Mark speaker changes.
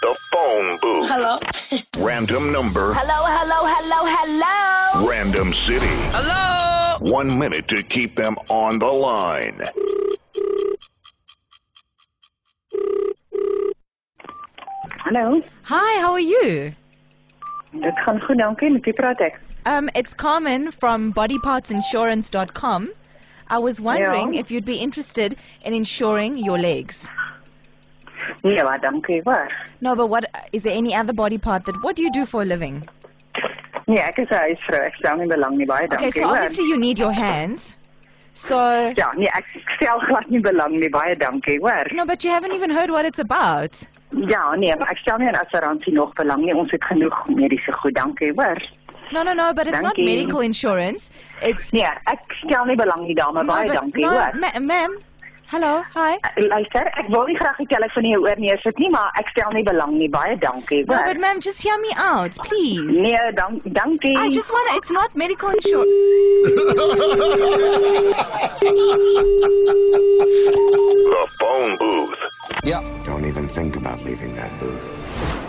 Speaker 1: phone booth.
Speaker 2: Hello.
Speaker 1: Random number.
Speaker 3: Hello, hello, hello, hello.
Speaker 1: Random city.
Speaker 2: Hello.
Speaker 1: One minute to keep them on the line.
Speaker 4: Hallo,
Speaker 5: Hi, how are you?
Speaker 4: dit gaan goed, dankie. Met wie praat ek?
Speaker 5: Um, it's Carmen from bodypartsinsurance.com. I was wondering
Speaker 4: Yeah.
Speaker 5: if you'd be interested in insuring your legs.
Speaker 4: Nee, maar dankie, waar?
Speaker 5: No, but what uh, is there any other body part that what do you do for a living?
Speaker 4: Nee, ek is 'n huisvrou. Ek stel nie belang nie, baie
Speaker 5: Okay,
Speaker 4: dankie.
Speaker 5: so obviously you need your hands. So
Speaker 4: Ja, nee, ek stel glad nie belang nie, baie dankie, hoor.
Speaker 5: no, but you haven't even heard what it's about.
Speaker 4: Ja, nee, maar ek stel nie aan assuransie nog belang nie. Ons het genoeg mediese goed, dankie, hoor.
Speaker 5: No, no, no, but it's not
Speaker 4: Dankie.
Speaker 5: medical insurance. It's
Speaker 4: Nee, ek stel nie belang nie, dame,
Speaker 5: no,
Speaker 4: baie
Speaker 5: but-
Speaker 4: dankie,
Speaker 5: no,
Speaker 4: hoor.
Speaker 5: ma- ma'am. Hello, hi.
Speaker 4: Ek- Luister, ek wil nie graag die telefoon hier oor neersit nie, maar ek stel nie belang nie, baie dankie,
Speaker 5: No,
Speaker 4: hoor.
Speaker 5: but ma'am, just hear me out, please.
Speaker 4: Nee, dan, dankie.
Speaker 5: I just want to, it's not medical insurance.
Speaker 1: The phone booth.
Speaker 6: Don't even think about leaving that booth.